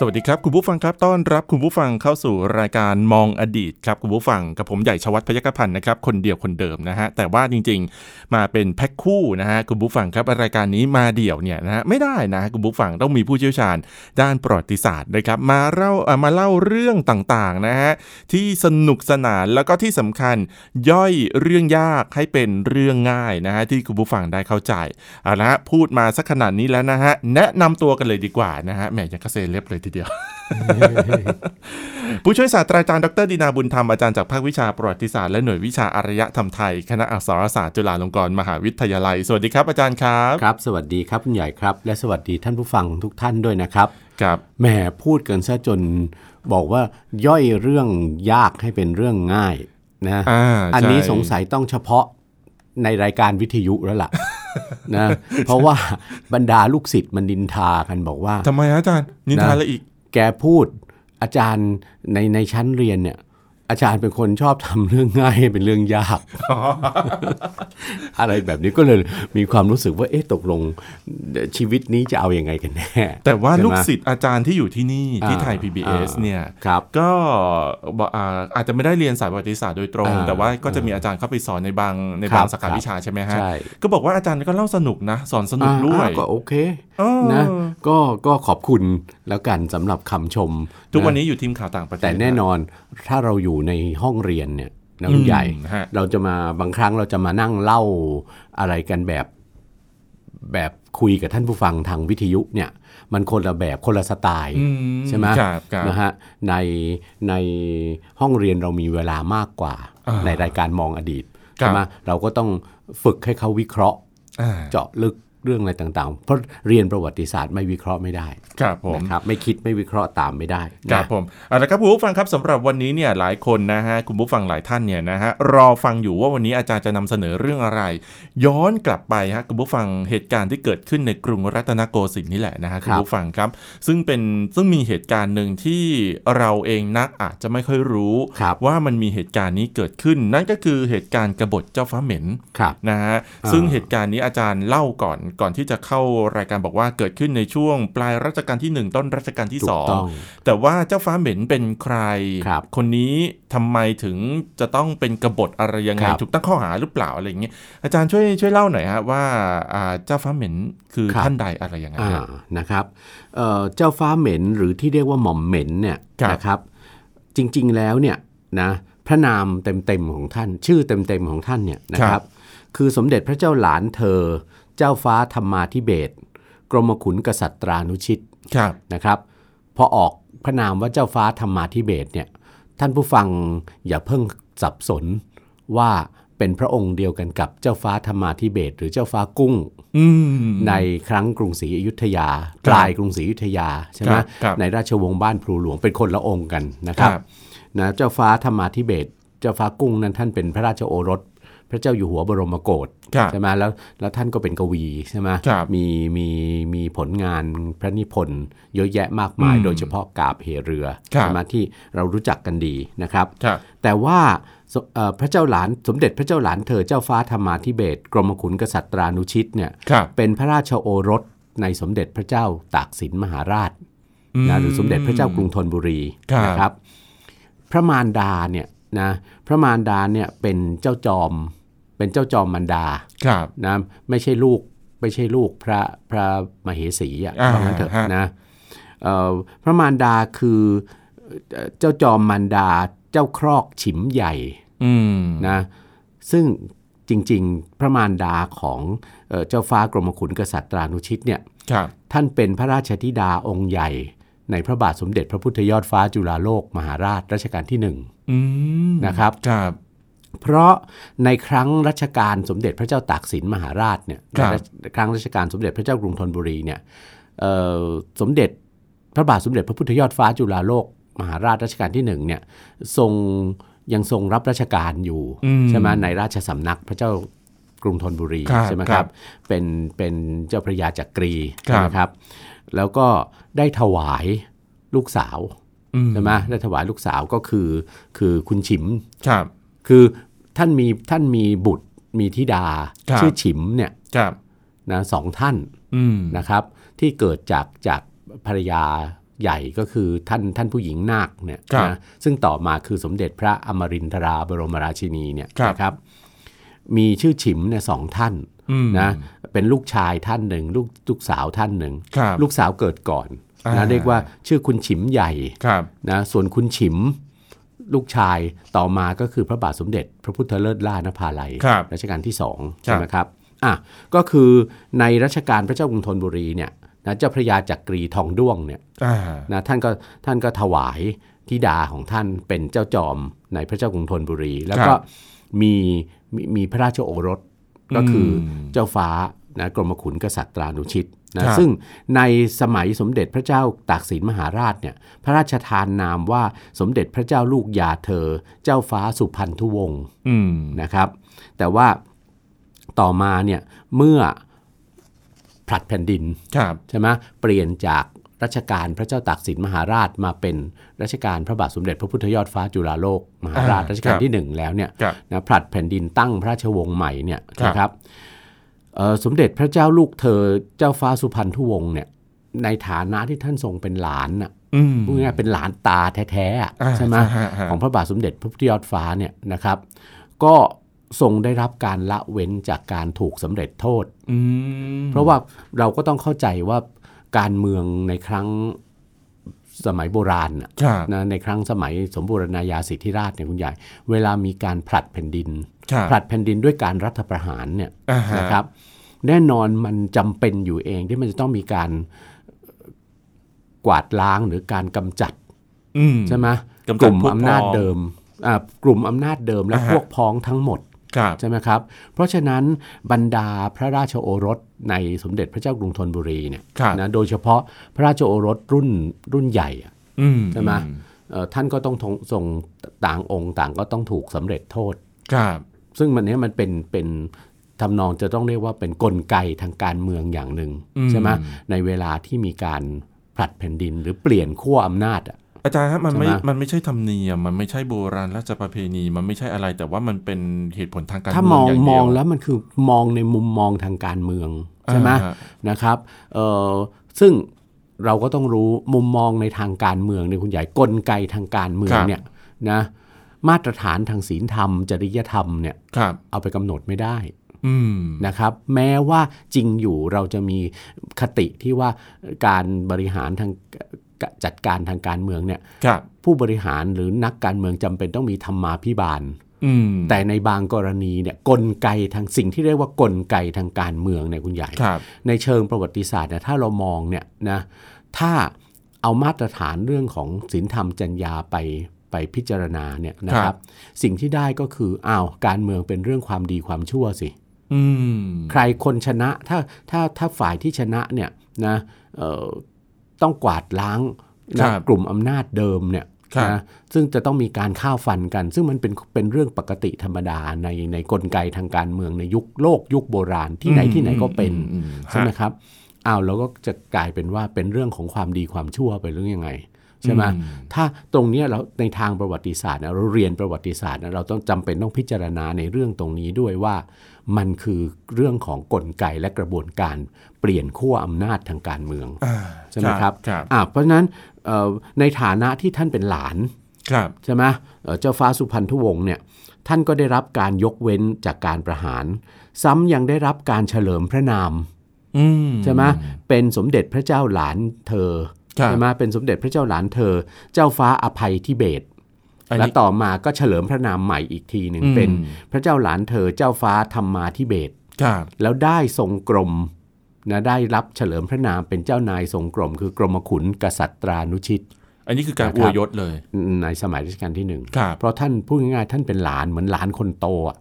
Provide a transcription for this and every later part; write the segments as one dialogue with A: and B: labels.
A: สวัสดีครับ คุณผู้ฟังครับต้อนรับคุณผู้ฟังเข้าสู่รายการมองอดีตครับคุณผู้ฟังกับผมใหญ่ชวัฒน์พยัคฆพันธ์นะครับคนเดียวคนเดิมนะฮะแต่ว่าจริงๆ มาเป็นแพ็คคู่นะฮะคุณผู้ฟังครับรายการนี้มาเดี่ยวเนี่ยนะฮะไม่ได้นะคุณผู้ฟังต้องมีผู้เชี่ยวชาญด้านประวัติศาสตร์นะครับมาเล่าเอ่อมาเล่าเรื่องต่างๆนะฮะที่สนุกสนานแล้วก็ที่สำคัญย่อยเรื่องยากให้เป็นเรื่องง่ายนะฮะที่คุณผู้ฟังได้เข้าใจเอาละฮะพูดมาสักขนาดนี้แล้วนะฮะแนะนำตัวกันเลยดีกว่านะฮะแหมอยังกระเซเล็บเลยทีเดียว ผู้ช่วยศาสตราจารย์ดรดินาบุญธรรม อาจารย์จากภาควิชาประวัติศาสตร์และหน่วยวิชาอารยธรรมไทย คณะอักษรศาสตร์จุฬาลงกรณ์มหาวิทยาลัย สวัสดีครับอาจารย์ครับ
B: ครับ สวัสดีครับคุณใหญ่ครับ และสวัสดีท่านผู้ฟังทุกท่านด้วยนะครับ
A: ครับ
B: แหมพูดกันซะจนบอกว่าย่อยเรื่องยากให้เป็นเรื่องง่ายนะ
A: อ่า
B: อันนี้
A: ใช่
B: สงสัยต้องเฉพาะในรายการวิทยุแล้วล่ะ นะเพราะว่าบรรดาลูกศิษย์มันดินทากันบอกว่า
A: ทำไมฮะอาจารย์นินทาละอีก
B: แกพูดอาจารย์ในในชั้นเรียนเนี่ย อาจารย์เป็นคนชอบทำเรื่องง่ายให้เป็นเรื่องยาก อะไรแบบนี้ก็เลยมีความรู้สึกว่าเอ๊ะตกลงชีวิตนี้จะเอาอยัางไงกันแน่
A: แต่ว่า
B: ใช่ไหม
A: ลูกศิษย์อาจารย์ที่อยู่ที่นี่ที่ไทย
B: อ่า
A: PBS เนี่ย
B: ครับ
A: ก็บอกอ่าอาจจะไม่ได้เรียนสายประวัติศาสตร์โดยตรง
B: อ่า
A: แต่ว่าก็จะมีอาจารย์เข้าไปสอนในบางใน
B: ครับ
A: า
B: บ
A: งสาขา
B: ครับ
A: วิชาใช่ไหมฮะ
B: ใช่
A: ก็บอกว่าอาจารย์ก็เล่าสนุกนะ สอนสนุกด้วย
B: อ่าก็โอเค
A: เออ
B: นะก็ก็ขอบคุณแล้วกันสำหรับคำชม
A: ทุกวัน
B: ะ
A: นี้อยู่ทีมข่าวต่างประเทศ
B: แต่แน่นอนถ้าเราอยู่ในห้องเรียนเนี่ยนะคุณใหญ่
A: อืมฮะ
B: เราจะมาบางครั้งเราจะมานั่งเล่าอะไรกันแบบแบบคุยกับท่านผู้ฟังทางวิทยุเนี่ยมันคนละแบบคนละสไตล์
A: อื
B: ใช่ไหม
A: ครับครับ
B: นะฮะในในห้องเรียนเรามีเวลามากกว่า
A: อ่า
B: ในรายการมองอดีต
A: ครับ
B: ใช่ไหมเราก็ต้องฝึกให้เขาวิเคราะห์
A: อ่า
B: เจาะลึกเรื่องอะไรต่างๆ เพราะเรียนประวัติศาสตร์ไม่วิเคราะห์ไม่ได้
A: ครับผม
B: นะครับไม่คิดไม่วิเคราะห์ตามไม่ได้นะ
A: ครับผมเอาละครับคุณผู้ฟังครับสำหรับวันนี้เนี่ยหลายคนนะฮะคุณผู้ฟังหลายท่านเนี่ยนะฮะรอฟังอยู่ว่าวันนี้อาจารย์จะนำเสนอเรื่องอะไร ย้อนกลับไปฮะคุณผู้ฟังเหตุการณ์ที่เกิดขึ้นในกรุงรัตนโกสินทร์นี่แหละนะฮะคุณผู้ฟังครับ ซึ่งเป็นซึ่งมีเหตุการณ์หนึ่งที่เราเองนักอาจจะไม่ค่อยรู้
B: ครับ
A: ว่ามันมีเหตุการณ์นี้เกิดขึ้น นั่นก็คือเหตุการณ์กบฏเจ้าฟ้าเหม็น
B: ครับ
A: นะฮะ
B: อ่า
A: ซึ่งเหตุการณ์นี้อาจารย์เล่าก่อนก่อนที่จะเข้ารายการบอกว่าเกิดขึ้นในช่วงปลายรัชกาลที่ 1 ต้นรัชกาลที่
B: ถูกต้อง
A: 2 แต่ว่าเจ้าฟ้าเหม็นเป็นใคร
B: ครับ
A: นนี้ทำไมถึงจะต้องเป็นกบฏอะไรยังไง
B: ครับ
A: ถูกตั้งข้อหาหรือเปล่าอะไรอย่างเงี้ยอาจารย์ช่วยช่วยเล่าหน่อยฮะว่าอ่าเจ้าฟ้าเหม็นคือ
B: ครับ
A: ท่านใดอะไรยังไง
B: อ่า
A: ฮะ
B: นะครับเอ่อเจ้าฟ้าเหม็นหรือที่เรียกว่าหม่อมเหม็นเนี่ย
A: ครับ
B: นะครับ จริงๆแล้วเนี่ยนะพระนามเต็มๆของท่าน ชื่อเต็มๆของท่านเนี่ยนะครับ คือสมเด็จพระเจ้าหลานเธอ เจ้าฟ้าธรรมาธิเบศรกรมขุนกษัตรานุชิต
A: ครับ
B: นะครับ พอออกพระนามว่าเจ้าฟ้าธรรมาธิเบศรเนี่ยท่านผู้ฟังอย่าเพิ่งสับสนว่าเป็นพระองค์เดียวกันกับเจ้าฟ้าธรรมาธิเบศรหรือเจ้าฟ้ากุ้ง
A: อืม
B: ในครั้งกรุงศรีอยุธยา
A: ครับ
B: ปลายกรุงศรีอยุธยาใช่ไหม
A: ครับครับ
B: ในราชวงศ์บ้านพลูหลวงเป็นคนละองค์กันนะครับ
A: ครับ
B: นะเจ้าฟ้าธรรมาธิเบศรเจ้าฟ้ากุ้งนั้นท่านเป็นพระราชโอรส พระเจ้าอยู่หัวบรมโกศ
A: ครับ
B: ใช่ไหมแล้วแล้วท่านก็เป็นกวีใช่ไหม
A: ครับ
B: มีมีมีผลงานพระนิพนธ์เยอะแยะมากมาย
A: อืม
B: โดยเฉพาะกาบเหเรือ
A: ครับ
B: ใช่ไหมที่เรารู้จักกันดีนะครับ
A: ครับ
B: แต่ว่าสเอ่อพระเจ้าหลานสมเด็จพระเจ้าหลานเธอเจ้าฟ้าธรรมาธิเบศรกรมขุนกษัตรานุชิตเนี่ย
A: ครับ
B: เป็นพระราชโอรสในสมเด็จพระเจ้าตากสินมหาราชนะหรือสมเด็จพระเจ้ากรุงธนบุรีนะครับ พระมารดาเนี่ยนะพระมารดาเนี่ยเป็นเจ้าจอม เป็นเจ้าจอมมารดา
A: ครับ
B: นะไม่ใช่ลูกไม่ใช่ลูกพระพระมเหสีอ่ะ
A: อ่า
B: ว่างั้นเถอะ
A: ฮะ
B: นะเอ่อพระมารดาคือเอ่อเจ้าจอมมารดาเจ้าครอกฉิมใหญ่
A: อืม
B: นะซึ่งจริงๆ พระมารดาของเอ่อเจ้าฟ้ากรมขุนกษัตรานุชิตเนี่ย
A: ครับ
B: ท่านเป็นพระราชธิดาองค์ใหญ่ ในพระบาทสมเด็จพระพุทธยอดฟ้าจุฬาโลกมหาราชรัชกาลที่หนึ่ง
A: อืม
B: นะครับ
A: ครับ
B: เพราะในครั้งรัชกาลสมเด็จพระเจ้าตากสินมหาราชเนี่ย
A: ครับ
B: ในครั้งรัชกาลสมเด็จพระเจ้ากรุงธนบุรีเนี่ยเอ่อสมเด็จพระบาทสมเด็จพระพุทธยอดฟ้าจุฬาโลกมหาราชรัชกาลที่หนึ่งเนี่ยทรงยังทรงรับราชการอยู่
A: อืม
B: ใช่ไหมในราชสำนักพระเจ้า กรุงธนบุรี
A: ครับ
B: ใช่ไหม
A: ค
B: ค
A: รั
B: รั
A: บบ
B: เป็นเป็นเจ้าพระยาจักรี
A: ครับ
B: ใช่ไหมครับ แล้วก็ได้ถวายลูกสาว
A: อื
B: ใช่ไหมได้ถวายลูกสาวก็คือคือคุณฉิม
A: ครับ
B: คือท่านมีท่านมีบุตรมีธิดา
A: ครับ
B: ชื่อฉิมเนี่ย
A: ครับ
B: นะสองท่าน
A: อืม
B: นะครับ ที่เกิดจากจากภรรยาใหญ่ก็คือท่านท่านผู้หญิงนาคเนี่ยนะซึ่งต่อมาคือสมเด็จพระอมรินทราบรมราชินีเนี่ยนะครับ มีชื่อฉิมเนี่ยสองท่าน
A: อืม
B: นะเป็นลูกชายท่านหนึ่งลูกลูกสาวท่านหนึ่ง
A: ครับ
B: ลูกสาวเกิดก่อน
A: อ่า
B: นะเรียกว่าชื่อคุณฉิมใหญ่
A: ครับ
B: นะส่วนคุณฉิมลูกชายต่อมาก็คือพระบาทสมเด็จ พระพุทธเลิศล่านภาลัย
A: ครับ
B: รัชกาลที่สองใช่ไหมครับอ่ะก็คือในรัชกาลพระเจ้ากรุงธนบุรีเนี่ยนะเจ้าพระยาจักรีทองด้วงเนี่ย
A: อ่า
B: นะท่านก็ท่านก็ถวายธิดาของท่านเป็นเจ้าจอมในพระเจ้ากรุงธนบุรี แล้วก็มีมีมีพระราชโอรสก็คืออ
A: ม
B: เจ้าฟ้านะกรมขุนกษัตริย์ตรานุชิต
A: ค
B: นะ
A: รับ
B: ซึ่งในสมัยสมเด็จพระเจ้าตากสินมหาราชเนี่ยพระราชทานนามว่าสมเด็จพระเจ้าลูกยาเธอ เจ้าฟ้าสุพันธุวงศ์
A: อืม
B: นะครับ แต่ว่าต่อมาเนี่ยเมื่อผลัดแผ่นดิน
A: ครับ
B: ใช่ไหมเปลี่ยนจากรัชกาลพระเจ้าตากสินมหาราชมาเป็นรัชกาลพระบาทสมเด็จพระพุทธยอดฟ้าจุฬาโลกมหาราชรัชกาลที่หนึ่งแล้วเนี่ย
A: ครับ
B: นะผลัดแผ่นดินตั้งพระราชวงศ์ใหม่เนี่ย
A: ครับ
B: นะครับเอ่อสมเด็จพระเจ้าลูกเธอเจ้าฟ้าสุพรรณทุวงศ์เนี่ยในฐานะที่ท่านทรงเป็นหลานน่ะ
A: อืม
B: พูดง่ายๆเป็นหลานตาแท้ๆอ่ะ
A: อ่า
B: ใช่ไหม
A: ฮะฮะ
B: ของพระบาทสมเด็จพระพุทธยอดฟ้าเนี่ยนะครับ ก็ทรงได้รับการละเว้นจากการถูกสำเร็จโทษ
A: อืม
B: เพราะว่าเราก็ต้องเข้าใจว่าการเมืองในครั้งสมัยโบราณน่ะ
A: ครับ
B: นะในครั้งสมัยสมบูรณาญาสิทธิราชเนี่ยคุณใหญ่เวลามีการผลัดแผ่นดิน
A: ครับ
B: ผลัดแผ่นดินด้วยการรัฐประหารเนี่ย
A: อ่าฮ
B: นะครับ แน่นอนมันจำเป็นอยู่เองที่มันจะต้องมีการกวาดล้างหรือการกำจัด
A: อืม
B: ใช่ไหม
A: กำจัด
B: กลุ่ม
A: พวก
B: อำนาจ
A: พ้อง
B: เดิมอ่ากลุ่มอำนาจเดิมและ
A: อ่าฮะ
B: พวกพ้องทั้งหมด
A: ครับ
B: ใช่ไหมครับ เพราะฉะนั้นบรรดาพระราชโอรสในสมเด็จพระเจ้ากรุงธนบุรีเนี่ย
A: ครับ
B: นะโดยเฉพาะพระราชโอรสรุ่นรุ่นใหญ่อะ
A: อืม
B: ใช่ไหมเอ่อท่านก็ต้องทรงทรงต่างองค์ต่างก็ต้องถูกสำเร็จโทษ
A: ครับ
B: ซึ่งมันเนี้ยมันเป็นเป็นทำนองจะต้องเรียกว่าเป็นกลไกทางการเมืองอย่างหนึ่ง
A: อืม
B: ใช่ไหมในเวลาที่มีการผลัดแผ่นดินหรือเปลี่ยนขั้วอำนาจอะ
A: อาจารย์ครับมันไม่
B: ใช่ไหม
A: มันไม่ใช่ธรรมเนียมมันไม่ใช่โบราณราชประเพณี มันไม่ใช่อะไรแต่ว่ามันเป็นเหตุผลทางการ
B: ถ้า
A: เมื
B: ม
A: อง
B: อง
A: อย่าง
B: ม
A: เดี
B: อ
A: ยว
B: งแล้วมันคือมองในมุมมองทางการเมืองใช่ไหม
A: อ่าฮะ
B: นะครับเอ่อซึ่งเราก็ต้องรู้มุมมองในทางการเมืองในยคุณใหญ่กลไกทางการเมืองเนี่ยนะมาตรฐานทางศีลธรรม จริยธรรมเนี่ย
A: ครับ
B: เอาไปกำหนดไม่ได้
A: อืม
B: นะครับแม้ว่าจริงอยู่เราจะมีคติที่ว่าการบริหารทางกจัดการทางการเมืองเนี่ย
A: ครับ
B: ผู้บริหารหรือนักการเมืองจำเป็นต้องมีธรรมาภิบาล
A: อืม
B: แต่ในบางกรณีเนี่ยกลไกทางสิ่งที่เรียกว่ากลไกทางการเมืองเนี่ยคุณใหญ่
A: ครับ
B: ในเชิงประวัติศาสตร์เนี่ยถ้าเรามองเนี่ยนะถ้าเอามาตรฐานเรื่องของศีลธรรมจรรยาไปไปพิจารณาเนี่ยนะ
A: ค
B: ค
A: รั
B: รับ บสิ่งที่ได้ก็คืออ้าวการเมืองเป็นเรื่องความดีความชั่วสิ
A: อืม
B: ใครคนชนะถ้าถ้าถ้าฝ่ายที่ชนะเนี่ยนะเอ่อต้องกวาดล้าง
A: ค
B: นะ
A: รับ
B: กลุ่มอำนาจเดิมเนี่ย
A: ครับ
B: นะซึ่งจะต้องมีการฆ่าฟันกัน ซึ่งมันเป็นเป็นเรื่องปกติธรรมดาในในกลไกทางการเมืองในยุคโลกยุคโบราณที่ไหนที่ไหนก็เป็น
A: อือื
B: ใช่ไหม
A: ฮะ
B: ครับอ้าวเราก็จะกลายเป็นว่าเป็นเรื่องของความดีความชั่วไปเรื่องยังไงใช่ไหม
A: อืม
B: ถ้าตรงเนี้ยเราในทางประวัติศาสตร์นะเราเรียนประวัติศาสตร์นะเราต้องจำเป็นต้องพิจารณาในเรื่องตรงนี้ด้วยว่า มันคือเรื่องของกลไกและกระบวนการเปลี่ยนขั้วอำนาจทางการเมือง
A: อ่า
B: ใช่ไหมครับ
A: ครับ
B: อ่ะเพราะฉะนั้นเอ่อในฐานะที่ท่านเป็นหลาน
A: ครับ
B: ใช่ไหมเอ่อเจ้าฟ้าสุพรรณทุวงศ์เนี่ยท่านก็ได้รับการยกเว้นจากการประหาร ซ้ำยังได้รับการเฉลิมพระนาม
A: อืม
B: ใช่ไหมเป็นสมเด็จพระเจ้าหลานเธอ
A: ครับ
B: ใช่ไหมเป็นสมเด็จพระเจ้าหลานเธอ เจ้าฟ้าอภัยทิเบต
A: อัน
B: และ
A: นี้
B: ต่อมาก็เฉลิมพระนามใหม่อีกทีหนึ่ง
A: อืม
B: เป็นพระเจ้าหลานเธอ เจ้าฟ้าธรรมาทิเบต
A: ครับ
B: แล้วได้ทรงกรมนะได้รับเฉลิมพระนามเป็นเจ้านายทรงกรม คือกรมขุนกษัตรานุชิต
A: อันนี้คือการ
B: นะ
A: อ
B: ครับ
A: วยยศเลย
B: ในสมัยรัชกาลที่หนึ่ง
A: ครับ
B: เพราะท่านพูดง่ายๆท่านเป็นหลานเหมือนหลานคนโตอะ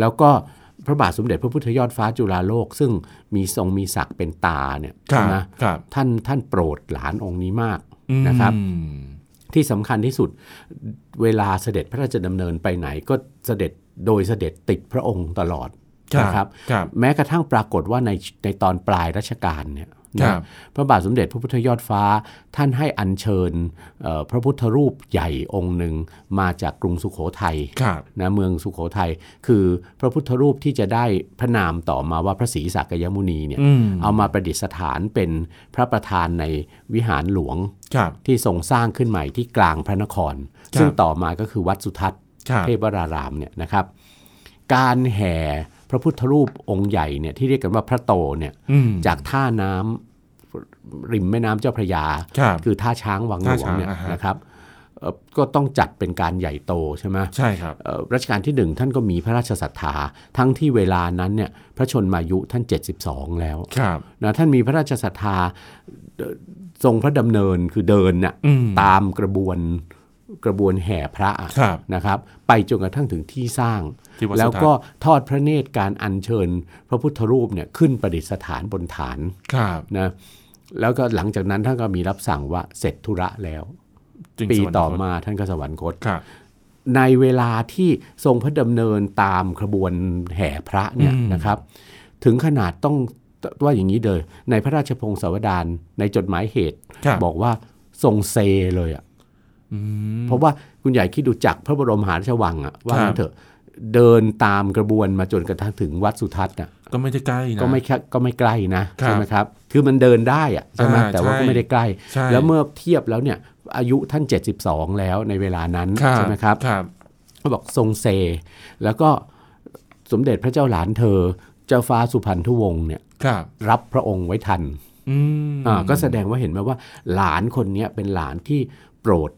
B: แล้วก็พระบาทสมเด็จพระพุทธยอดฟ้าจุฬาโลก ซึ่งมีทรงมีศักดิ์เป็นตาเนี่ย
A: ครั
B: ใช่
A: บ
B: ไหม
A: ครับ
B: ท่านท่านโปรดหลานองค์นี้มาก
A: อืม
B: นะครับ ที่สำคัญที่สุดเวลาเสด็จพระราชดำเนินไปไหนก็เสด็จโดยเสด็จติดพระองค์ตลอด นะครับ
A: ครับ
B: แม้กระทั่งปรากฏว่าในในตอนปลายรัชกาลเนี่ยนะครับ พระบาทสมเด็จพระพุทธยอดฟ้าท่านให้อัญเชิญเอ่อพระพุทธรูปใหญ่องค์หนึ่งมาจากกรุงสุโขทัย
A: ครับ
B: นะเมืองสุโขทัยคือพระพุทธรูปที่จะได้พระนามต่อมาว่าพระศรีสักยมุนีเนี่ย
A: อืม
B: เอามาประดิษฐานเป็นพระประธานในวิหารหลวง
A: ครับ
B: ที่ทรงสร้างขึ้นใหม่ที่กลางพระนคร
A: ครับ
B: ซึ่งต่อมาก็คือวัดสุทัศน์
A: ครับ
B: เทพวรารามเนี่ยนะครับ การแห่พระพุทธรูปองค์ใหญ่เนี่ยที่เรียกกันว่าพระโตเนี่ย
A: อืม
B: จากท่าน้ำริมแม่น้ำเจ้าพระยา
A: ครับ
B: คือท่าช้างวังหลวงเนี่ย
A: ท่าช้างอ่าฮะ
B: นะครับเอ่อก็ต้องจัดเป็นการใหญ่โตใช่ไหม
A: ใช่ครับ
B: เอ่อรัชกาลที่หนึ่งท่านก็มีพระราชศรัทธา ทั้งที่เวลานั้นเนี่ยพระชนมายุท่าน 72 แล้ว
A: ครับ
B: นะท่านมีพระราชศรัทธาเอ่อทรงพระดำเนินคือเดินน่ะ
A: อืม
B: ตามกระบวนกระบวนแห่พระอะ
A: ครับ
B: นะครับไปจนกระทั่งถึงที่สร้าง
A: ที่วัดสุทัศน์
B: แล้วก็ทอดพระเนตรการอัญเชิญ พระพุทธรูปเนี่ยขึ้นประดิษฐานบนฐาน
A: ครับ
B: นะแล้วก็หลังจากนั้นท่านก็มีรับสั่งว่าเสร็จธุระแล้ว
A: จึง
B: ปี
A: สวรรคต
B: ต่อมาท่านก็สวรรคต
A: ครับ
B: ในเวลาที่ทรงพระดำเนินตามขบวนแห่พระเนี่ย
A: อืม
B: นะครับ ถึงขนาดต้องว่าอย่างนี้เลยในพระราชพงศาวดารในจดหมายเหตุ
A: ครับ
B: บอกว่าทรงเซเลยอะ
A: อืม
B: เพราะว่าคุณใหญ่คิดดูจักรพระบรมหาราชวังอะว่า
A: ครับ
B: งั้นเถอะเดินตามกระบวนมาจนกระทั่งถึงวัดสุทัศน์อะ
A: ก็ไม่ได้ใกล้นะ
B: ก็ไม่แค่ก็ไม่ใกล้นะครับ ใช่ไหมครับคือมันเดินได้อะใช่ไหม
A: อ่า
B: แต่ว่า
A: ใช่
B: ก็ไม่ได้ใกล้
A: ใช่
B: แล้วเมื่อเทียบแล้วเนี่ยอายุท่าน 72 แล้วในเวลานั้น
A: ครับ
B: ใช่ไหมครับ
A: ครับ
B: ก็บอกทรงเซ แล้วก็สมเด็จพระเจ้าหลานเธอ เจ้าฟ้าสุพรรณทุวงศ์เนี่ย
A: ครับ
B: รับพระองค์ไว้ทัน
A: อืม
B: อ่าก็แสดงว่าเห็นไหมว่าหลานคนเนี้ยเป็นหลานที่โปรด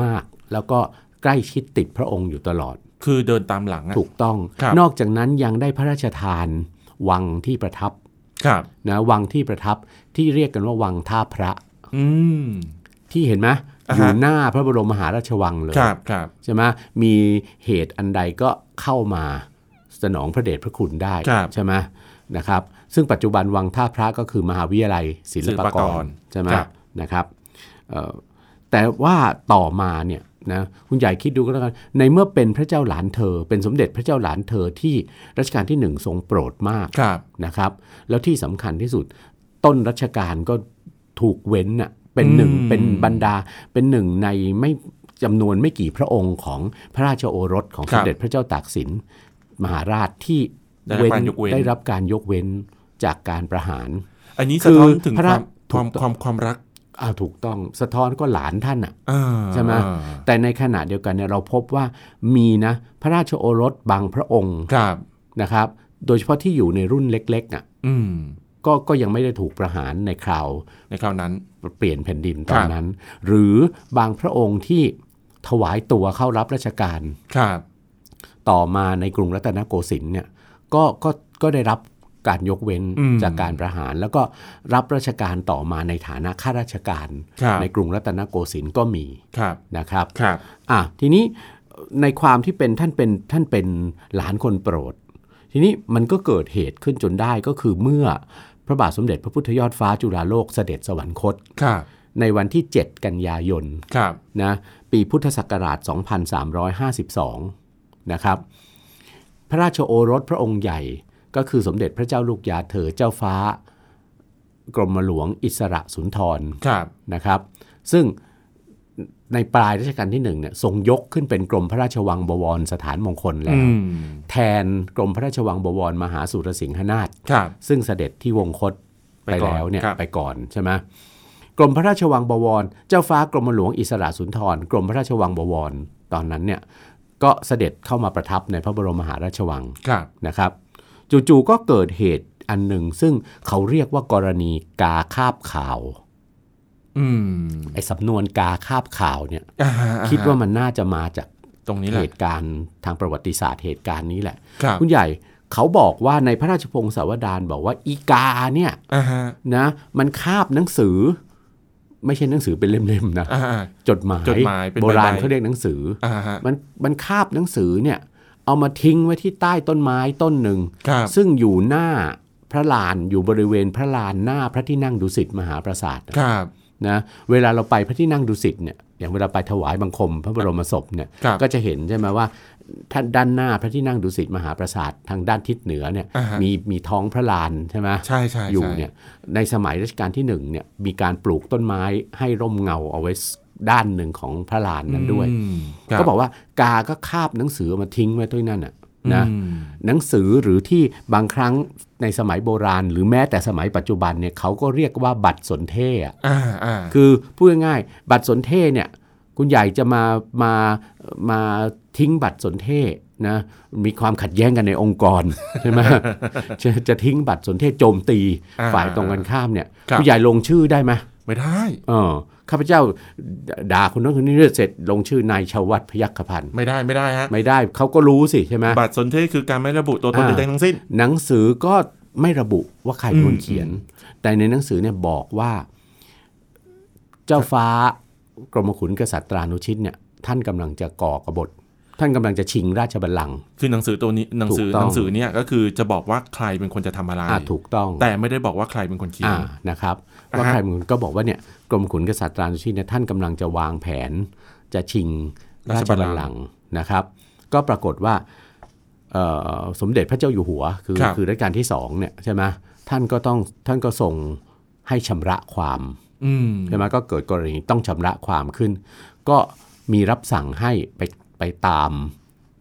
B: มาก แล้วก็ใกล้ชิดติดพระองค์อยู่ตลอด
A: คือเดินตามหลังอะ
B: ถูกต้อง
A: ครับ
B: นอกจากนั้นยังได้พระราชทานวังที่ประทับ
A: ครับ
B: นะวังที่ประทับที่เรียกกันว่าวังท่าพระ
A: อืม
B: ที่เห็นไหม
A: อ่าฮะ
B: อยู่หน้าพระบรมมหาราชวังเลย
A: ครับครับ
B: ใช่ไหมมีเหตุอันใดก็เข้ามาสนองพระเดชพระคุณได้
A: ครับ
B: ใช่ไหมนะครับซึ่งปัจจุบันวังท่าพระก็คือมหาวิทยาลัยศิลปากร ใช่ไหม
A: ครับ
B: นะครับเอ่อแต่ว่าต่อมาเนี่ยนะคุณใหญ่คิดดูก็แล้วกันในเมื่อเป็นพระเจ้าหลานเธอ เป็นสมเด็จพระเจ้าหลานเธอที่รัชกาลที่หนึ่งทรงโปรดมาก
A: ครับ
B: นะครับ แล้วที่สำคัญที่สุดต้นรัชกาลก็ถูกเว้นน่ะเป็นหนึ่งเป็นบรรดาเป็นหนึ่งในไม่จำนวนไม่กี่พระองค์ของพระราชโอรสของสมเด็จพระเจ้าตากสินมหาราชที่
A: ได้รับการยกเว้น
B: ได้รับการยกเว้นจากการประหาร
A: อันนี้
B: คื
A: สะ
B: อ
A: ท้อนถึง
B: พ
A: ค
B: ระ
A: วามความ
B: ถูกต้อง
A: ความความรัก
B: อ่าถูกต้องสะท้อนก็หลานท่านอ่ะ
A: อ่า
B: ใช่ไหม
A: อ่า
B: แต่ในขณะเดียวกันเนี่ยเราพบว่ามีนะพระราชโอรสบางพระองค์
A: ครับ
B: นะครับ โดยเฉพาะที่อยู่ในรุ่นเล็กๆอ่ะ
A: อืม
B: ก็ก็ยังไม่ได้ถูกประหารในคราว
A: ในคราวนั้น
B: เปลี่ยนแผ่นดินตอนนั้น หรือบางพระองค์ที่ถวายตัวเข้ารับราชการ
A: ครับ
B: ต่อมาในกรุงรัตนโกสินทร์เนี่ยก็ก็ก็ได้รับการยกเว้น
A: อืม
B: จากการประหาร แล้วก็รับราชการต่อมาในฐานะข้าราชการ
A: ครับ
B: ในกรุงรัตนโกสินทร์ก็มี
A: ครับ
B: นะครับ
A: ครับ
B: อ่ะทีนี้ในความที่เป็นท่านเป็นท่านเป็นหลานคนโปรด ทีนี้มันก็เกิดเหตุขึ้นจนได้ก็คือเมื่อพระบาทสมเด็จพระพุทธยอดฟ้าจุฬาโลกเสด็จสวรรคต
A: ครับ
B: ในวันที่ 7 กันยายน
A: ครับ
B: นะปีพุทธศักราช 2352 นะครับ พระราชโอรสพระองค์ใหญ่ก็คือสมเด็จพระเจ้าลูกยาเธอเจ้าฟ้า กรมหลวงอิสระสุนทร
A: ครับ
B: นะครับซึ่งในปลายรัชกาลที่หนึ่งเนี่ยทรงยกขึ้นเป็นกรมพระราชวังบวรสถานมงคลแล้
A: อื
B: ว
A: ม
B: แทนกรมพระราชวังบวรมหาสุรสิงหนาถ
A: ครับ
B: ซึ่งเสด็จที่วงคตไป
A: ไปก่อน
B: แล้วเนี่ย
A: ครับ
B: ไปก่อนใช่ไหมกรมพระราชวังบวร เจ้าฟ้ากรมหลวงอิสระสุนทร กรมพระราชวังบวรตอนนั้นเนี่ยก็เสด็จเข้ามาประทับในพระบรมมหาราชวัง
A: ครับ
B: นะครับจู่ๆก็เกิดเหตุอันหนึ่ง ซึ่งเขาเรียกว่ากรณีกาคาบข่าว
A: อืม
B: ไอ้สำนวนกาคาบข่าวเนี่ย
A: อ่ฮะอ่ฮะ
B: คิดว่ามันน่าจะมาจาก
A: ตรงนี้แห
B: เห
A: ละ
B: ตุการณ์ทางประวัติศาสตร์เหตุการณ์นี้แหละ
A: ครับ
B: คุณใหญ่เขาบอกว่าในพระราชพงศาวดารบอกว่าอีกาเนี่ย
A: อ่าฮะ
B: นะมันคาบหนังสือ ไม่ใช่หนังสือเป็นเล่มๆนะ
A: อ่าฮะ
B: จดหมาย
A: จดหมายเป็น
B: โบราณ
A: ใบๆ
B: เขาเรียกหนังสืออ
A: อ่าฮะ
B: มันมันคาบหนังสือเนี่ยเอามาทิ้งไว้ที่ใต้ต้นไม้ต้นหนึ่ง
A: ครับ
B: ซึ่งอยู่หน้าพระลานอยู่บริเวณพระลานหน้าพระที่นั่งดุสิตมหาปราสาท
A: ครับ
B: นะเวลาเราไปพระที่นั่งดุสิตเนี่ยอย่างเวลาไปถวายบังคมพระบรมศพเนี่ย
A: ครับ
B: ก็จะเห็นใช่ไหมว่า ท่านด้านหน้าพระที่นั่งดุสิตมหาปราสาททางด้านทิศเหนือเนี่ย
A: อ่าฮะ
B: มีมีท้องพระลานใช่ไหม
A: ใช่ใช่ใช่
B: อยู่เนี่ยในสมัยรัชกาลที่หนึ่งเนี่ยมีการปลูกต้นไม้ให้ร่มเงาเอาไว้ด้านหนึ่งของพระลานนั้นด้วย
A: อืมครั
B: ก็บอกว่ากาก็คาบหนังสือมาทิ้งไว้ด้วยนั่นน่ะนะ
A: อืม
B: หนังสือหรือที่บางครั้งในสมัยโบราณ หรือแม้แต่สมัยปัจจุบันเนี่ยเขาก็เรียกว่าบัตรสนเทศอะ
A: อ่าอ่า
B: คือพูดง่ายๆบัตรสนเทศเนี่ยคุณใหญ่จะมามามาทิ้งบัตรสนเทศนะมีความขัดแย้งกันในองค์กร ใช่ไหม จะจะทิ้งบัตรสนเทศโจมตี
A: อ่
B: ฝ่ายตรงกันข้ามเนี่ย
A: ครับ
B: ผู้ใหญ่ลงชื่อได้ไหม
A: ไม่ได้
B: เออข้าพเจ้าดด่าคนนั้นคนนี้เสร็จลงชื่อนายชาววัฒน์พยัคฆพันธ์
A: ไม่ได้ไม่ได้ฮะ
B: ไม่ได้เขาก็รู้สิใช่ไหม
A: บัตรสนเทศคือการไม่ระบุตัวตน
B: อ่า
A: ใดๆทั้งสิ้น
B: หนังสือก็ไม่ระบุว่าใครเป็นคนเขียน แต่ในหนังสือเนี่ยบอกว่า เจ้าฟ้ากรมขุนกษัตริย์ตรานุชิตเนี่ยท่านกำลังจะก่อกบฏ ท่านกำลังจะชิงราชบัลลังก์
A: คือหนังสือตัวนี้หนังสือ
B: ถูกต้อง
A: หนังสือเนี่ยก็คือจะบอกว่าใครเป็นคนจะทำอะไร
B: อ่ะถูกต้อง
A: แต่ไม่ได้บอกว่าใครเป็นคนเขียน
B: อ่านะครับ
A: อ่าฮะ
B: ว่าใครมึงก็บอกว่าเนี่ยกรมขุนกษัตริย์ตรานุชิตเนี่ยท่านกำลังจะวางแผนจะชิงราชบัลลังก์นะครับ ก็ปรากฏว่าเอ่อสมเด็จพระเจ้าอยู่หัว คือ
A: ครับ
B: คือรัชกาลที่สองเนี่ยใช่ไหมท่านก็ต้องท่านก็ส่งให้ชำระความ
A: อืม
B: ใช่ไหมก็เกิดกรณีต้องชำระความขึ้น ก็มีรับสั่งให้ไปไปตาม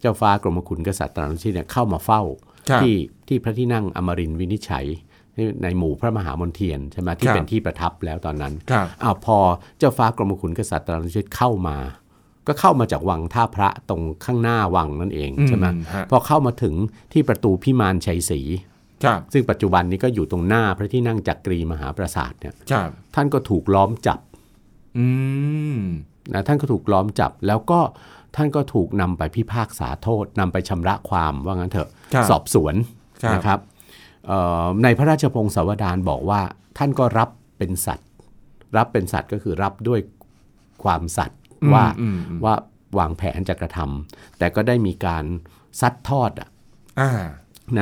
B: เจ้าฟ้ากรมขุนกษัตริย์ตรานุชิตเนี่ยเข้ามาเฝ้า
A: ครับ
B: ที่ที่พระที่นั่งอมรินทร์วินิจฉัยในในหมู่พระมหามนเทียนใช่ไหมที่
A: ครับ
B: เป็นที่ประทับแล้วตอนนั้น
A: ครับ
B: อ้าวพอเจ้าฟ้ากรมขุนกษัตริย์ตรานุชิตเข้ามา ก็เข้ามาจากวังท่าพระตรงข้างหน้าวังนั่นเองใช่ไหม
A: อืฮะ
B: พอเข้ามาถึงที่ประตูพิมานชัยศรี
A: ครับ
B: ซึ่งปัจจุบันนี้ก็อยู่ตรงหน้าพระที่นั่งจักรีมหาปราสาทเนี่ย
A: ครับ
B: ท่านก็ถูกล้อมจับ
A: อืม
B: นะท่านก็ถูกล้อมจับ แล้วก็ท่านก็ถูกนำไปพิพากษาโทษนำไปชำระความว่างั้นเถอะ
A: ครับ
B: สอบสวน
A: ครับ
B: นะครับเอ่อในพระราชพงศาวดารบอกว่า ท่านก็รับเป็นสัตว์ รับเป็นสัตว์ก็คือรับด้วยความสัตว์ว่า
A: อืมอืม
B: ว่าวางแผนจะกระทำแต่ก็ได้มีการซัดทอดอะ
A: อ่า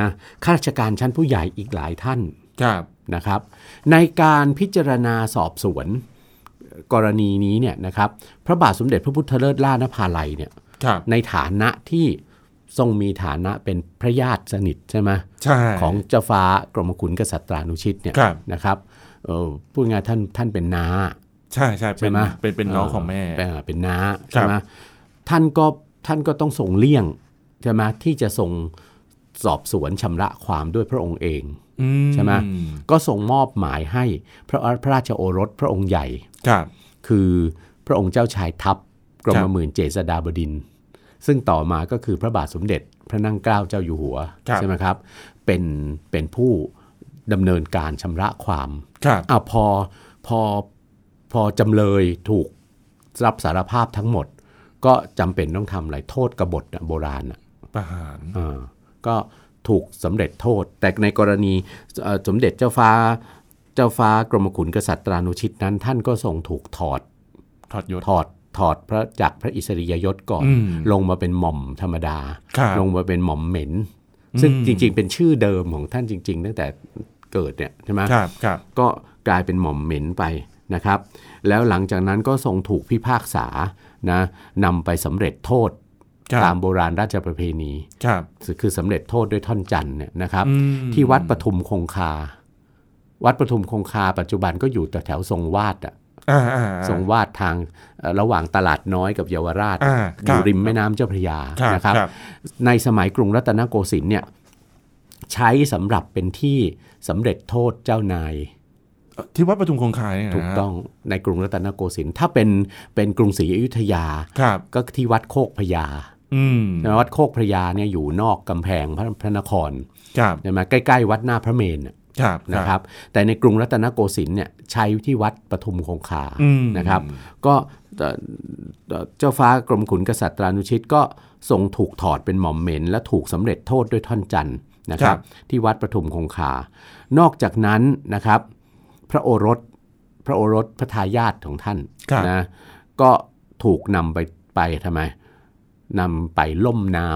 B: นะข้าราชการชั้นผู้ใหญ่อีกหลายท่าน
A: ครับ
B: นะครับ ในการพิจารณาสอบสวนกรณีนี้เนี่ยนะครับพระบาทสมเด็จพระพุทธเลิศล่านภาลัยเนี่ย
A: ครับ
B: ในฐานะที่ทรงมีฐานะเป็นพระญาติสนิทใช่ไหม
A: ใช่
B: ของเจ้าฟ้ากรมขุนกษัตริย์ตรานุชิตเนี่ย
A: ครับ
B: นะครับเอ่อพูดง่ายๆท่านท่านเป็นน้า
A: ใช่ใช่เป็น
B: ใช่ไหม
A: เป็นเป็นน้องของแม่
B: เอ่อเป็นน้า
A: ครั
B: ใช่
A: บ
B: ไหมท่านก็ท่านก็ต้องส่งเลี่ยงใช่ไหมที่จะส่งสอบสวนชำระความด้วยพระองค์เอง
A: อื
B: ใช่ไหม ก็ส่งมอบหมายให้พระพระราชโอรสพระองค์ใหญ่
A: ครับ
B: คือพระองค์เจ้าชายทัพกรมหมื่นเจษฎาบดินทร์ซึ่งต่อมาก็คือพระบาทสมเด็จพระนั่งเกล้าเจ้าอยู่หัวใช่ไหมครับเป็นเป็นผู้ดำเนินการชำระความ
A: ครับ
B: อ่ะพอพอพอจำเลยถูกรับสารภาพทั้งหมด ก็จำเป็นต้องทำอะไรโทษกบฏน่ะโบราณน่ะ
A: ประหาร
B: อ่าก็ถูกสำเร็จโทษ แต่ในกรณีเอ่อสมเด็จเจ้าฟ้าเจ้าฟ้ากรมขุนกษัตริย์ตรานุชิตนั้น ท่านก็ส่งถูกถอด
A: ถอดยศ
B: ถอดถอดพระจากพระอิสริยยศก่อน
A: อืม
B: ลงมาเป็นหม่อมธรรมดา
A: ครับ
B: ลงมาเป็นหม่อมเหม็น ซึ่งจริงๆ เป็นชื่อเดิมของท่านจริง ๆ ตั้งแต่เกิดเนี่ยใช่ไหม
A: ครับครับ
B: ก็กลายเป็นหม่อมเหม็นไปนะครับ แล้วหลังจากนั้นก็ทรงถูกพิพากษานะนำไปสำเร็จโทษ
A: ครับ
B: ตามโบราณราชประเพณี
A: ครับ
B: คือสำเร็จโทษด้วยท่อนจันทร์เนี่ยนะครับ
A: อืม
B: ที่วัดปทุมคงคา วัดปทุมคงคา ปัจจุบันก็อยู่แถวๆทรงวาดอะ
A: อ่าอ่า
B: ทรงวาดทางเอ่อระหว่างตลาดน้อยกับเยาวราช
A: อ่า
B: อ
A: ค
B: ยู่
A: บ
B: ริมแม่น้ำเจ้าพระยา
A: ครับ
B: นะครับ
A: ครับ
B: ในสมัยกรุงรัตนโกสินทร์เนี่ยใช้สำหรับเป็นที่สำเร็จโทษเจ้านาย
A: ที่วัดปทุมคงคายเนี่ยนะ
B: ถูกต้องในกรุงรัตนโกสินทร์ถ้าเป็นเป็นกรุงศรีอยุธยา
A: ครับ
B: ก็ที่วัดโคกพระยา
A: อืม
B: ใช่ไหมวัดโคกพระยาเนี่ยอยู่นอกกำแพงพระพระนคร
A: ครับ
B: ใช่ไหมใกล้ๆ วัดหน้าพระเมรุน่ะ
A: ครับ
B: นะครับแต่ในกรุงรัตนโกสินทร์เนี่ยใช้ที่วัดปทุมคงคา
A: อืม
B: นะครับ ก็เอ่อเอ่อเจ้าฟ้ากรมขุนกษัตริย์ตรานุชิตก็ทรงถูกถอดเป็นหม่อมเหม็น และถูกสำเร็จโทษด้วยท่อนจันทร์นะครับ ที่วัดปทุมคงคา นอกจากนั้นนะครับ พระโอรสพระโอรสพระทายาทของท่าน
A: ครับ
B: นะก็ถูกนำไปไปทำไมนำไปล่มน้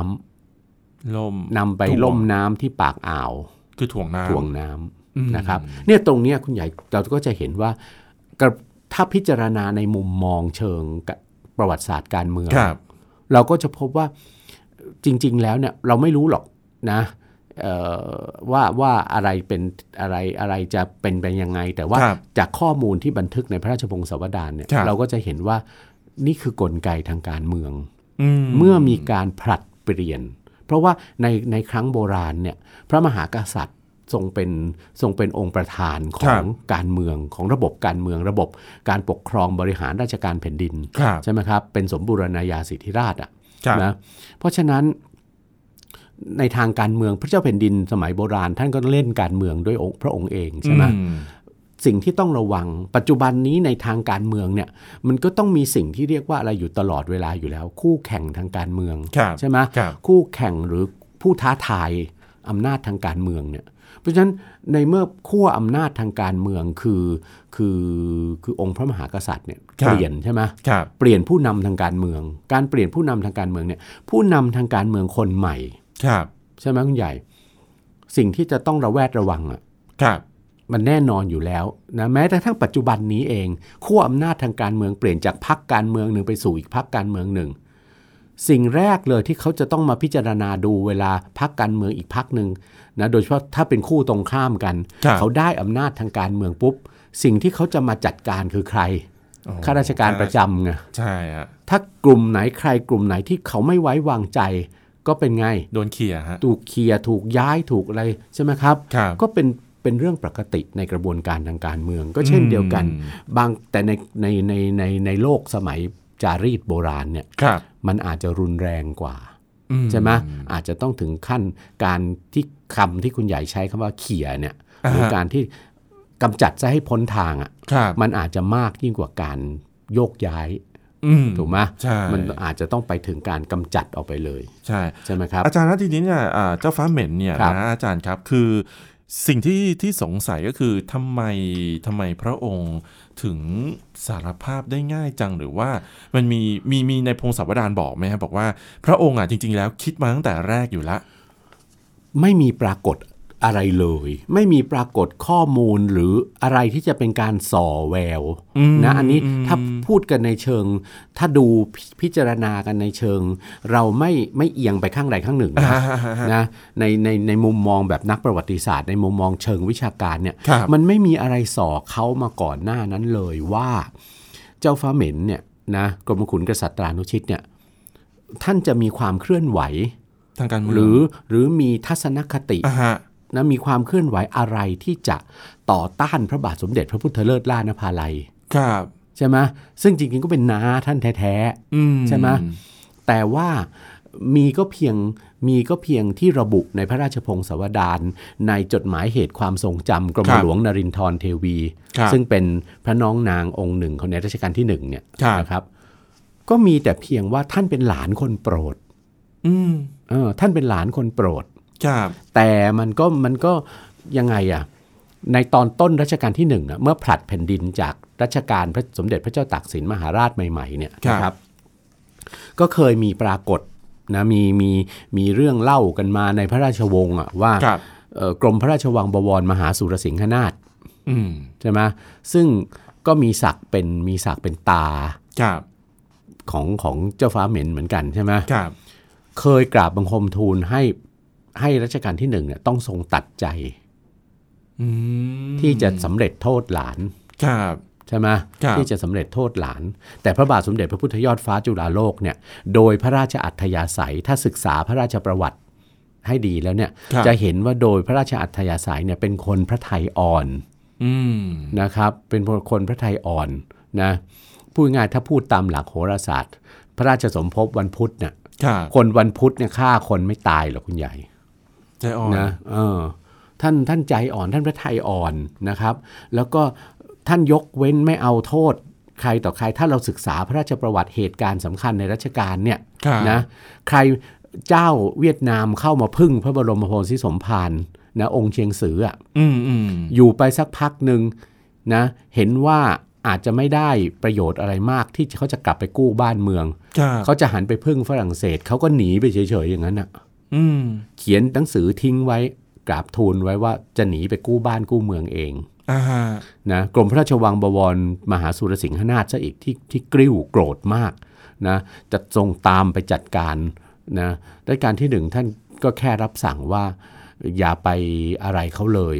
A: ลม
B: ำนำไปล่มน้ำที่ปากอ่าว
A: คือถ่วงน้ำ
B: ถ่วงน้
A: อืม
B: ำนะครับ เนี่ยตรงเนี้ยคุณใหญ่เราก็จะเห็นว่ากระถ้าพิจารณาในมุมมองเชิงกะประวัติศาสตร์การเมือง
A: ครับ
B: เราก็จะพบว่า จริง ๆ แล้วเนี่ยเราไม่รู้หรอกนะเอ่อว่าว่าอะไรเป็นอะไรอะไรจะเป็นไปยังไง แต่ว่า
A: ครับ
B: จากข้อมูลที่บันทึกในพระราชพงศาวดารเนี่ย
A: ครับ
B: เราก็จะเห็นว่านี่คือกลไกทางการเมือง
A: อื
B: เมื่อมีการผลัดเปลี่ยน เพราะว่าในในครั้งโบราณเนี่ยพระมหากษัตริย์ทรงเป็นทรงเป็นองค์ประธานของการเมืองของระบบการเมืองระบบการปกครองบริหารราชการแผ่นดิน
A: ครับ
B: ใช่ไหมครับ เป็นสมบูรณาญาสิทธิราชอ่ะ
A: ครับ
B: นะเพราะฉะนั้นในทางการเมืองพระเจ้าแผ่นดินสมัยโบราณ ท่านก็เล่นการเมืองด้วยองค์พระองค์เองใช่ไหม
A: อืม
B: สิ่งที่ต้องระวังปัจจุบันนี้ในทางการเมืองเนี่ยมันก็ต้องมีสิ่งที่เรียกว่าอะไรอยู่ตลอดเวลาอยู่แล้ว คู่แข่งทางการเมือง
A: ครับ
B: ใช่ไหม
A: ครับ
B: คู่แข่งหรือผู้ท้าทายอำนาจทางการเมืองเนี่ยเพราะฉะนั้นในเมื่อขั้วอำนาจทางการเมืองคือคือคือองค์พระมหากษัตริย์เนี่ย
A: ครับ
B: เปลี่ยนใช่ไหม
A: ครับ
B: เปลี่ยนผู้นำทางการเมือง การเปลี่ยนผู้นำทางการเมืองเนี่ยผู้นำทางการเมืองคนใหม่
A: ครับ
B: ใช่ไหมคุณใหญ่ สิ่งที่จะต้องระแวดระวังอะ
A: ครับ
B: มันแน่นอนอยู่แล้วนะแม้กระทั่งปัจจุบันนี้เองขั้วอำนาจทางการเมืองเปลี่ยนจากพักการเมืองหนึ่งไปสู่อีกพักการเมืองหนึ่ง สิ่งแรกเลยที่เขาจะต้องมาพิจารณาดูเวลาพักการเมืองอีกพักหนึ่งนะโดยเฉพาะถ้าเป็นคู่ตรงข้ามกัน
A: ครับ
B: เขาได้อำนาจทางการเมืองปุ๊บ สิ่งที่เขาจะมาจัดการคือใคร
A: อ๋อ
B: ข้าราชการประจำไง
A: ใช่ฮะ
B: ถ้ากลุ่มไหนใครกลุ่มไหนที่เขาไม่ไว้วางใจ ก็เป็นไง
A: โดนเขี่ยฮะ
B: ถูกเคลียร์ถูกย้ายถูกอะไรใช่ไหมครับ
A: ครับ
B: ก็เป็นเป็นเรื่องปกติในกระบวนการทางการเมือง ก็เช่นเดียวกัน
A: อืม
B: บางแต่ในในในในในโลกสมัยจารีตโบราณเนี่ย
A: ครับ
B: มันอาจจะรุนแรงกว่า
A: อื
B: ใช่ไหมอาจจะต้องถึงขั้นการที่คำที่คุณใหญ่ใช้คำว่าเขี่ยเนี่ยหรือการที่กำจัดจะให้พ้นทางอ่ะ
A: ครับ
B: มันอาจจะมากยิ่งกว่าการโยกย้าย
A: อืม
B: ถูกไหม
A: ใช่
B: มันอาจจะต้องไปถึงการกำจัดออกไปเลย
A: ใช่
B: ใช่ไหมครับ
A: อาจารย์นะทีนี้เนี่ยอ่าเจ้าฟ้าเหม็นเนี่ย
B: ครับ
A: นะอาจารย์ครับคือสิ่งที่ที่สงสัยก็คือทำไมทำไมพระองค์ถึงสารภาพได้ง่ายจังหรือว่ามันมีมีมีในพงศาวดารบอกไหมครับบอกว่าพระองค์อ่ะจริง ๆ แล้วคิดมาตั้งแต่แรกอยู่ละ
B: ไม่มีปรากฏอะไรเลย ไม่มีปรากฏข้อมูลหรืออะไรที่จะเป็นการส่อแวว
A: อืม
B: นะอันนี้
A: อืม
B: ถ้าพูดกันในเชิง ถ้าดูพิพิจารณากันในเชิง เราไม่ไม่เอียงไปข้างใดข้างหนึ่งนะนะในในในมุมมองแบบนักประวัติศาสตร์ ในมุมมองเชิงวิชาการเนี่ย
A: ครับ
B: มันไม่มีอะไรส่อเขามาก่อนหน้านั้นเลยว่า เจ้าฟ้าเหม็นเนี่ยนะกรมขุนกษัตริยานุชิตเนี่ยท่านจะมีความเคลื่อนไหว
A: ทางการเมือง
B: หรือหรือมีทัศนคติ
A: อ่าฮะ
B: นะมีความเคลื่อนไหวอะไรที่จะต่อต้านพระบาทสมเด็จพระพุทธเลิศล่านภาลัย
A: ครับ
B: ใช่ไหมซึ่งจริงๆก็เป็นน้าท่านแท้
A: อืม
B: ใช่ไหม ๆ แต่ว่ามีก็เพียงมีก็เพียงที่ระบุในพระราชพงศาวดารในจดหมายเหตุความทรงจำกรมหลวงนรินทรเทวี
A: ครับ
B: ซึ่งเป็นพระน้องนางองค์หนึ่งของในรัชกาลที่หนึ่งเนี่ย
A: ครับ
B: นะครับ ก็มีแต่เพียงว่าท่านเป็นหลานคนโปรด
A: อืม
B: เออท่านเป็นหลานคนโปรด
A: ครับ
B: แต่มันก็มันก็ยังไงอะในตอนต้นรัชกาลที่หนึ่งอะเมื่อผลัดแผ่นดินจากรัชกาลพระสมเด็จพระเจ้าตากสินมหาราชใหม่ๆเนี่ยนะครับ ก็เคยมีปรากฏนะมีมีมีเรื่องเล่ากันมาในพระราชวงศ์อะว่า
A: ครับ
B: เอ่อกรมพระราชวังบวรมหาสุรสิงหนาถ
A: อืม
B: ใช่ไหมซึ่งก็มีศักดิ์เป็นมีศักดิ์เป็นตา
A: ครับ
B: ของของเจ้าฟ้าเหม็นเหมือนกันใช่ไหม
A: ครับ
B: เคยกราบบังคมทูลให้ให้รัชกาลที่หนึ่งเนี่ยต้องทรงตัดใจ
A: อืม
B: ที่จะสำเร็จโทษหลาน
A: ครับ
B: ใช่ไหม
A: ครับ
B: ที่จะสำเร็จโทษหลาน แต่พระบาทสมเด็จพระพุทธยอดฟ้าจุฬาโลกเนี่ยโดยพระราชอัธยาศัยถ้าศึกษาพระราชประวัติให้ดีแล้วเนี่ย
A: ครับ
B: จะเห็นว่าโดยพระราชอัธยาศัยเนี่ยเป็นคนพระไทยอ่อน
A: อืม
B: นะครับ เป็นคนพระไทยอ่อนนะพูดง่ายๆถ้าพูดตามหลักโหราศาสตร์ พระราชสมภพวันพุธเนี่ย
A: ครับ
B: คนวันพุธเนี่ยฆ่าคนไม่ตายหรอกคุณใหญ่
A: ใจอ่อน
B: นะเออท่านท่านใจอ่อนท่านพระไทยอ่อนนะครับ แล้วก็ท่านยกเว้นไม่เอาโทษ ใครต่อใครถ้าเราศึกษาพระราชประวัติเหตุการณ์สำคัญในรัชกาลเนี่ย
A: ครับ
B: นะใครเจ้าเวียดนามเข้ามาพึ่งพระบรมโพธิสมภารนะองค์เชียงสืออะ
A: อืมอืม
B: อยู่ไปสักพักหนึ่งนะเห็นว่าอาจจะไม่ได้ประโยชน์อะไรมากที่เขาจะกลับไปกู้บ้านเมือง
A: ครับ
B: เขาจะหันไปพึ่งฝรั่งเศสเขาก็หนีไปเฉยๆอย่างนั้นอ่ะ
A: อืม
B: เขียนหนังสือทิ้งไว้กราบทูลไว้ว่าจะหนีไปกู้บ้านกู้เมืองเอง
A: อ่าฮะ
B: นะกรมพระราชวังบวรมหาสุรสิงหนาถซะอีกที่ที่กริ้วโกรธมากนะจะทรงตามไปจัดการ นะด้านการที่หนึ่งท่านก็แค่รับสั่งว่าอย่าไปอะไรเขาเลย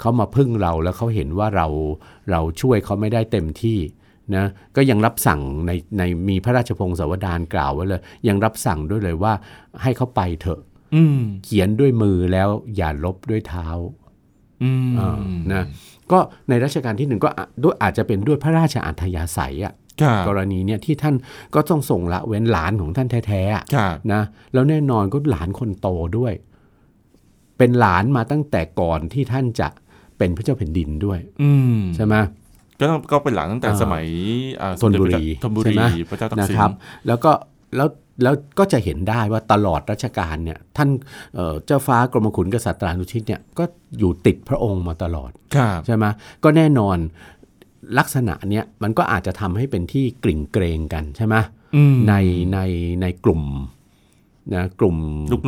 B: เขามาพึ่งเราแล้วเขาเห็นว่าเราเราช่วยเขาไม่ได้เต็มที่นะก็ยังรับสั่งในในมีพระราชพงศาวดารกล่าวไว้เลย ยังรับสั่งด้วยเลยว่าให้เขาไปเถอะ
A: อืม
B: เขียนด้วยมือแล้วอย่าลบด้วยเท้า
A: อืม
B: อ่านะก็ในรัชกาลที่หนึ่งก็อ่ะด้วยอาจจะเป็นด้วยพระราชอัธยาศัยอะ
A: ครับ
B: กรณีเนี่ยที่ท่านก็ต้องส่งละเว้นหลานของท่านแท้ๆอะ
A: ครับ
B: นะแล้วแน่นอนก็หลานคนโตด้วย เป็นหลานมาตั้งแต่ก่อนที่ท่านจะเป็นพระเจ้าแผ่นดินด้วย
A: อืม
B: ใช่ไหม
A: ก็ต้องก็เป็นหลังตั้งแต่
B: อ่า
A: สมัยอ่า
B: ธนบุรี
A: ธนบุรี
B: ใช่ไหม
A: พระเจ้าตาก
B: นะ
A: สิน
B: ครับ แล้วก็แล้วแล้วก็จะเห็นได้ว่าตลอดรัชกาลเนี่ยท่านเอ่อเจ้าฟ้ากรมขุนกษัตรานุชิตเนี่ยก็อยู่ติดพระองค์มาตลอด
A: ครับ
B: ใช่ไหมก็แน่นอนลักษณะเนี้ยมันก็อาจจะทำให้เป็นที่กลิ่งเกรงกันใช่ไหม
A: อืม
B: ในในในกลุ่มนะกลุ่ม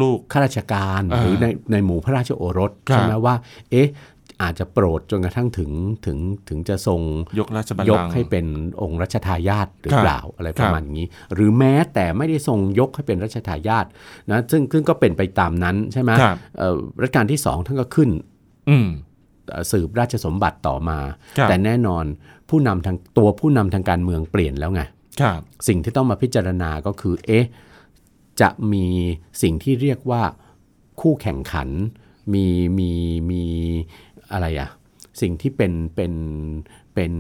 A: ลูก
B: ข้าราชการ
A: อ่า
B: หรือในในหมู่พระราชโอรส
A: ครับ
B: ใช่ไหมว่า เอ๊ะ อาจจะโปรดจนกระทั่งถึงถึงถึงจะทรง
A: ๆยกราชบัล
B: ย
A: ลั
B: ก
A: งก์
B: ให้เป็นองค์รัชทายาทหรือ
A: ครับ
B: เปล่าอะไร
A: ค
B: ป
A: รับ
B: ระมาณอย่างนี้ หรือแม้แต่ไม่ได้ทรงยกให้เป็นรัชทายาทนะซึ่งซึ่งก็เป็นไปตามนั้นใช่ไหม
A: ครับ
B: เอ่อรัชกาลที่สองท่านก็ขึ้น
A: อืม
B: เอ่อสืบราชสมบัติต่อมา
A: ครับ
B: แต่แน่นอนผู้นำทางตัวผู้นำทางการเมืองเปลี่ยนแล้วไง
A: ครับ
B: สิ่งที่ต้องมาพิจารณาก็คือ เอ๊ะ จะมีสิ่งที่เรียกว่าคู่แข่งขัน มีมีมีอะไรอะสิ่งที่เป็นเป็นเป็น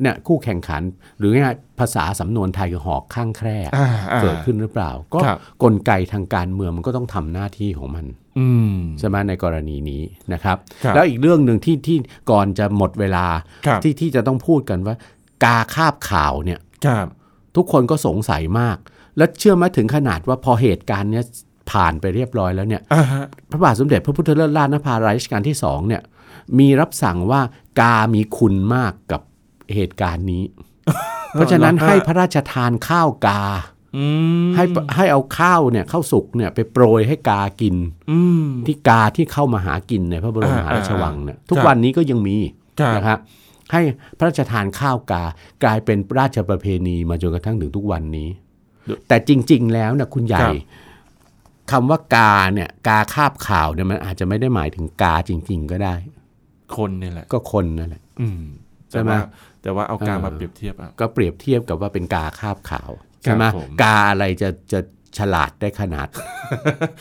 B: เนี่ยคู่แข่งขัน หรือง่ายๆภาษาสำนวนไทยคือหอกข้างแคร่
A: อ่าอ่า
B: เกิดขึ้นหรือเปล่า ก็
A: ครับ
B: กลไกทางการเมืองมันก็ต้องทำหน้าที่ของมัน
A: อืม
B: ใช่ไหมในกรณีนี้นะครับ
A: ครับ
B: แล้วอีกเรื่องหนึ่งที่ที่ก่อนจะหมดเวลา
A: ครับ
B: ที่ที่จะต้องพูดกันว่า กาคาบข่าวเนี่ย
A: ครับ
B: ทุกคนก็สงสัยมาก และเชื่อไหมถึงขนาดว่าพอเหตุการณ์เนี้ยผ่านไปเรียบร้อยแล้วเนี่ย
A: อ่าฮะ
B: พระบาทสมเด็จพระพุทธเลิศล่านภารัชกาลที่สองเนี่ยมีรับสั่งว่ากามีคุณมากกับเหตุการณ์นี้ เพราะฉะนั้นให้พระราชทานข้าวกา
A: อืม
B: ให้ให้เอาข้าวเนี่ยข้าวสุกเนี่ยไปโปรยให้กากิน
A: อืม
B: ที่กาที่เข้ามาหากินในพระบรมมหาราชวังเนี่ย
A: อ่าอ่า
B: ทุก
A: ครับ
B: วันนี้ก็ยังมี
A: ครับ
B: นะครับให้พระราชทานข้าวกากลายเป็นราชประเพณีมาจนกระทั่งถึงทุกวันนี้ แต่จริง ๆ แล้วนะคุณใหญ่คำว่ากาเนี่ยกาคาบข่าวเนี่ยมันอาจจะไม่ได้หมายถึงกาจริง ๆ ก็ได้
A: คนเนี่ยแหละ
B: ก็คนนั่นแหละ
A: อืม
B: ใช่ไหม
A: แต่ว่าแต่ว่าเอาการมาเปรียบเทียบอ่ะ
B: ก็เปรียบเทียบกับว่าเป็นกาคาบข่าวใช่ไหม
A: ครับผม
B: กาอะไรจะจะฉลาดได้ข นาด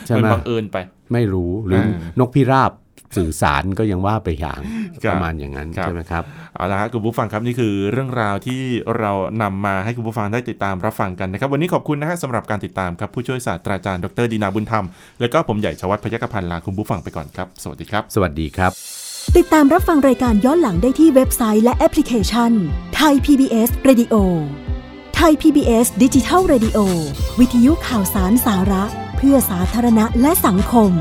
B: ใช่
A: มัน
B: ไหม
A: บังเอิญไป
B: ไม่รู้หรือ
A: เออน
B: กพิราบสื่อสารก็ยังว่าไปอย่าง
A: ครับ
B: ประมาณอย่างนั้น
A: ครับ
B: ใช่ไหมครับ
A: เอาละครับคุณผู้ฟังครับนี่คือเรื่องราวที่เรานำมาให้คุณผู้ฟังได้ติดตามรับฟังกันนะครับ วันนี้ขอบคุณนะฮะสำหรับการติดตามครับผู้ช่วยศาสตราจารย์ดรดีนาบุญธรรม และก็ผมใหญ่ชวัฒน์พยัคฆพันธ์ลาคุณผู้ฟังไปก่อนครับ สวัสดีครับ
B: สวัสดีครับ
C: ติดตามรับฟังรายการย้อนหลังได้ที่เว็บไซต์และแอปพลิเคชันไทย PBS Radio ไทย PBS ดิจิทัล Radio วิทยุข่าวสารสาระ เพื่อสาธารณะและสังคม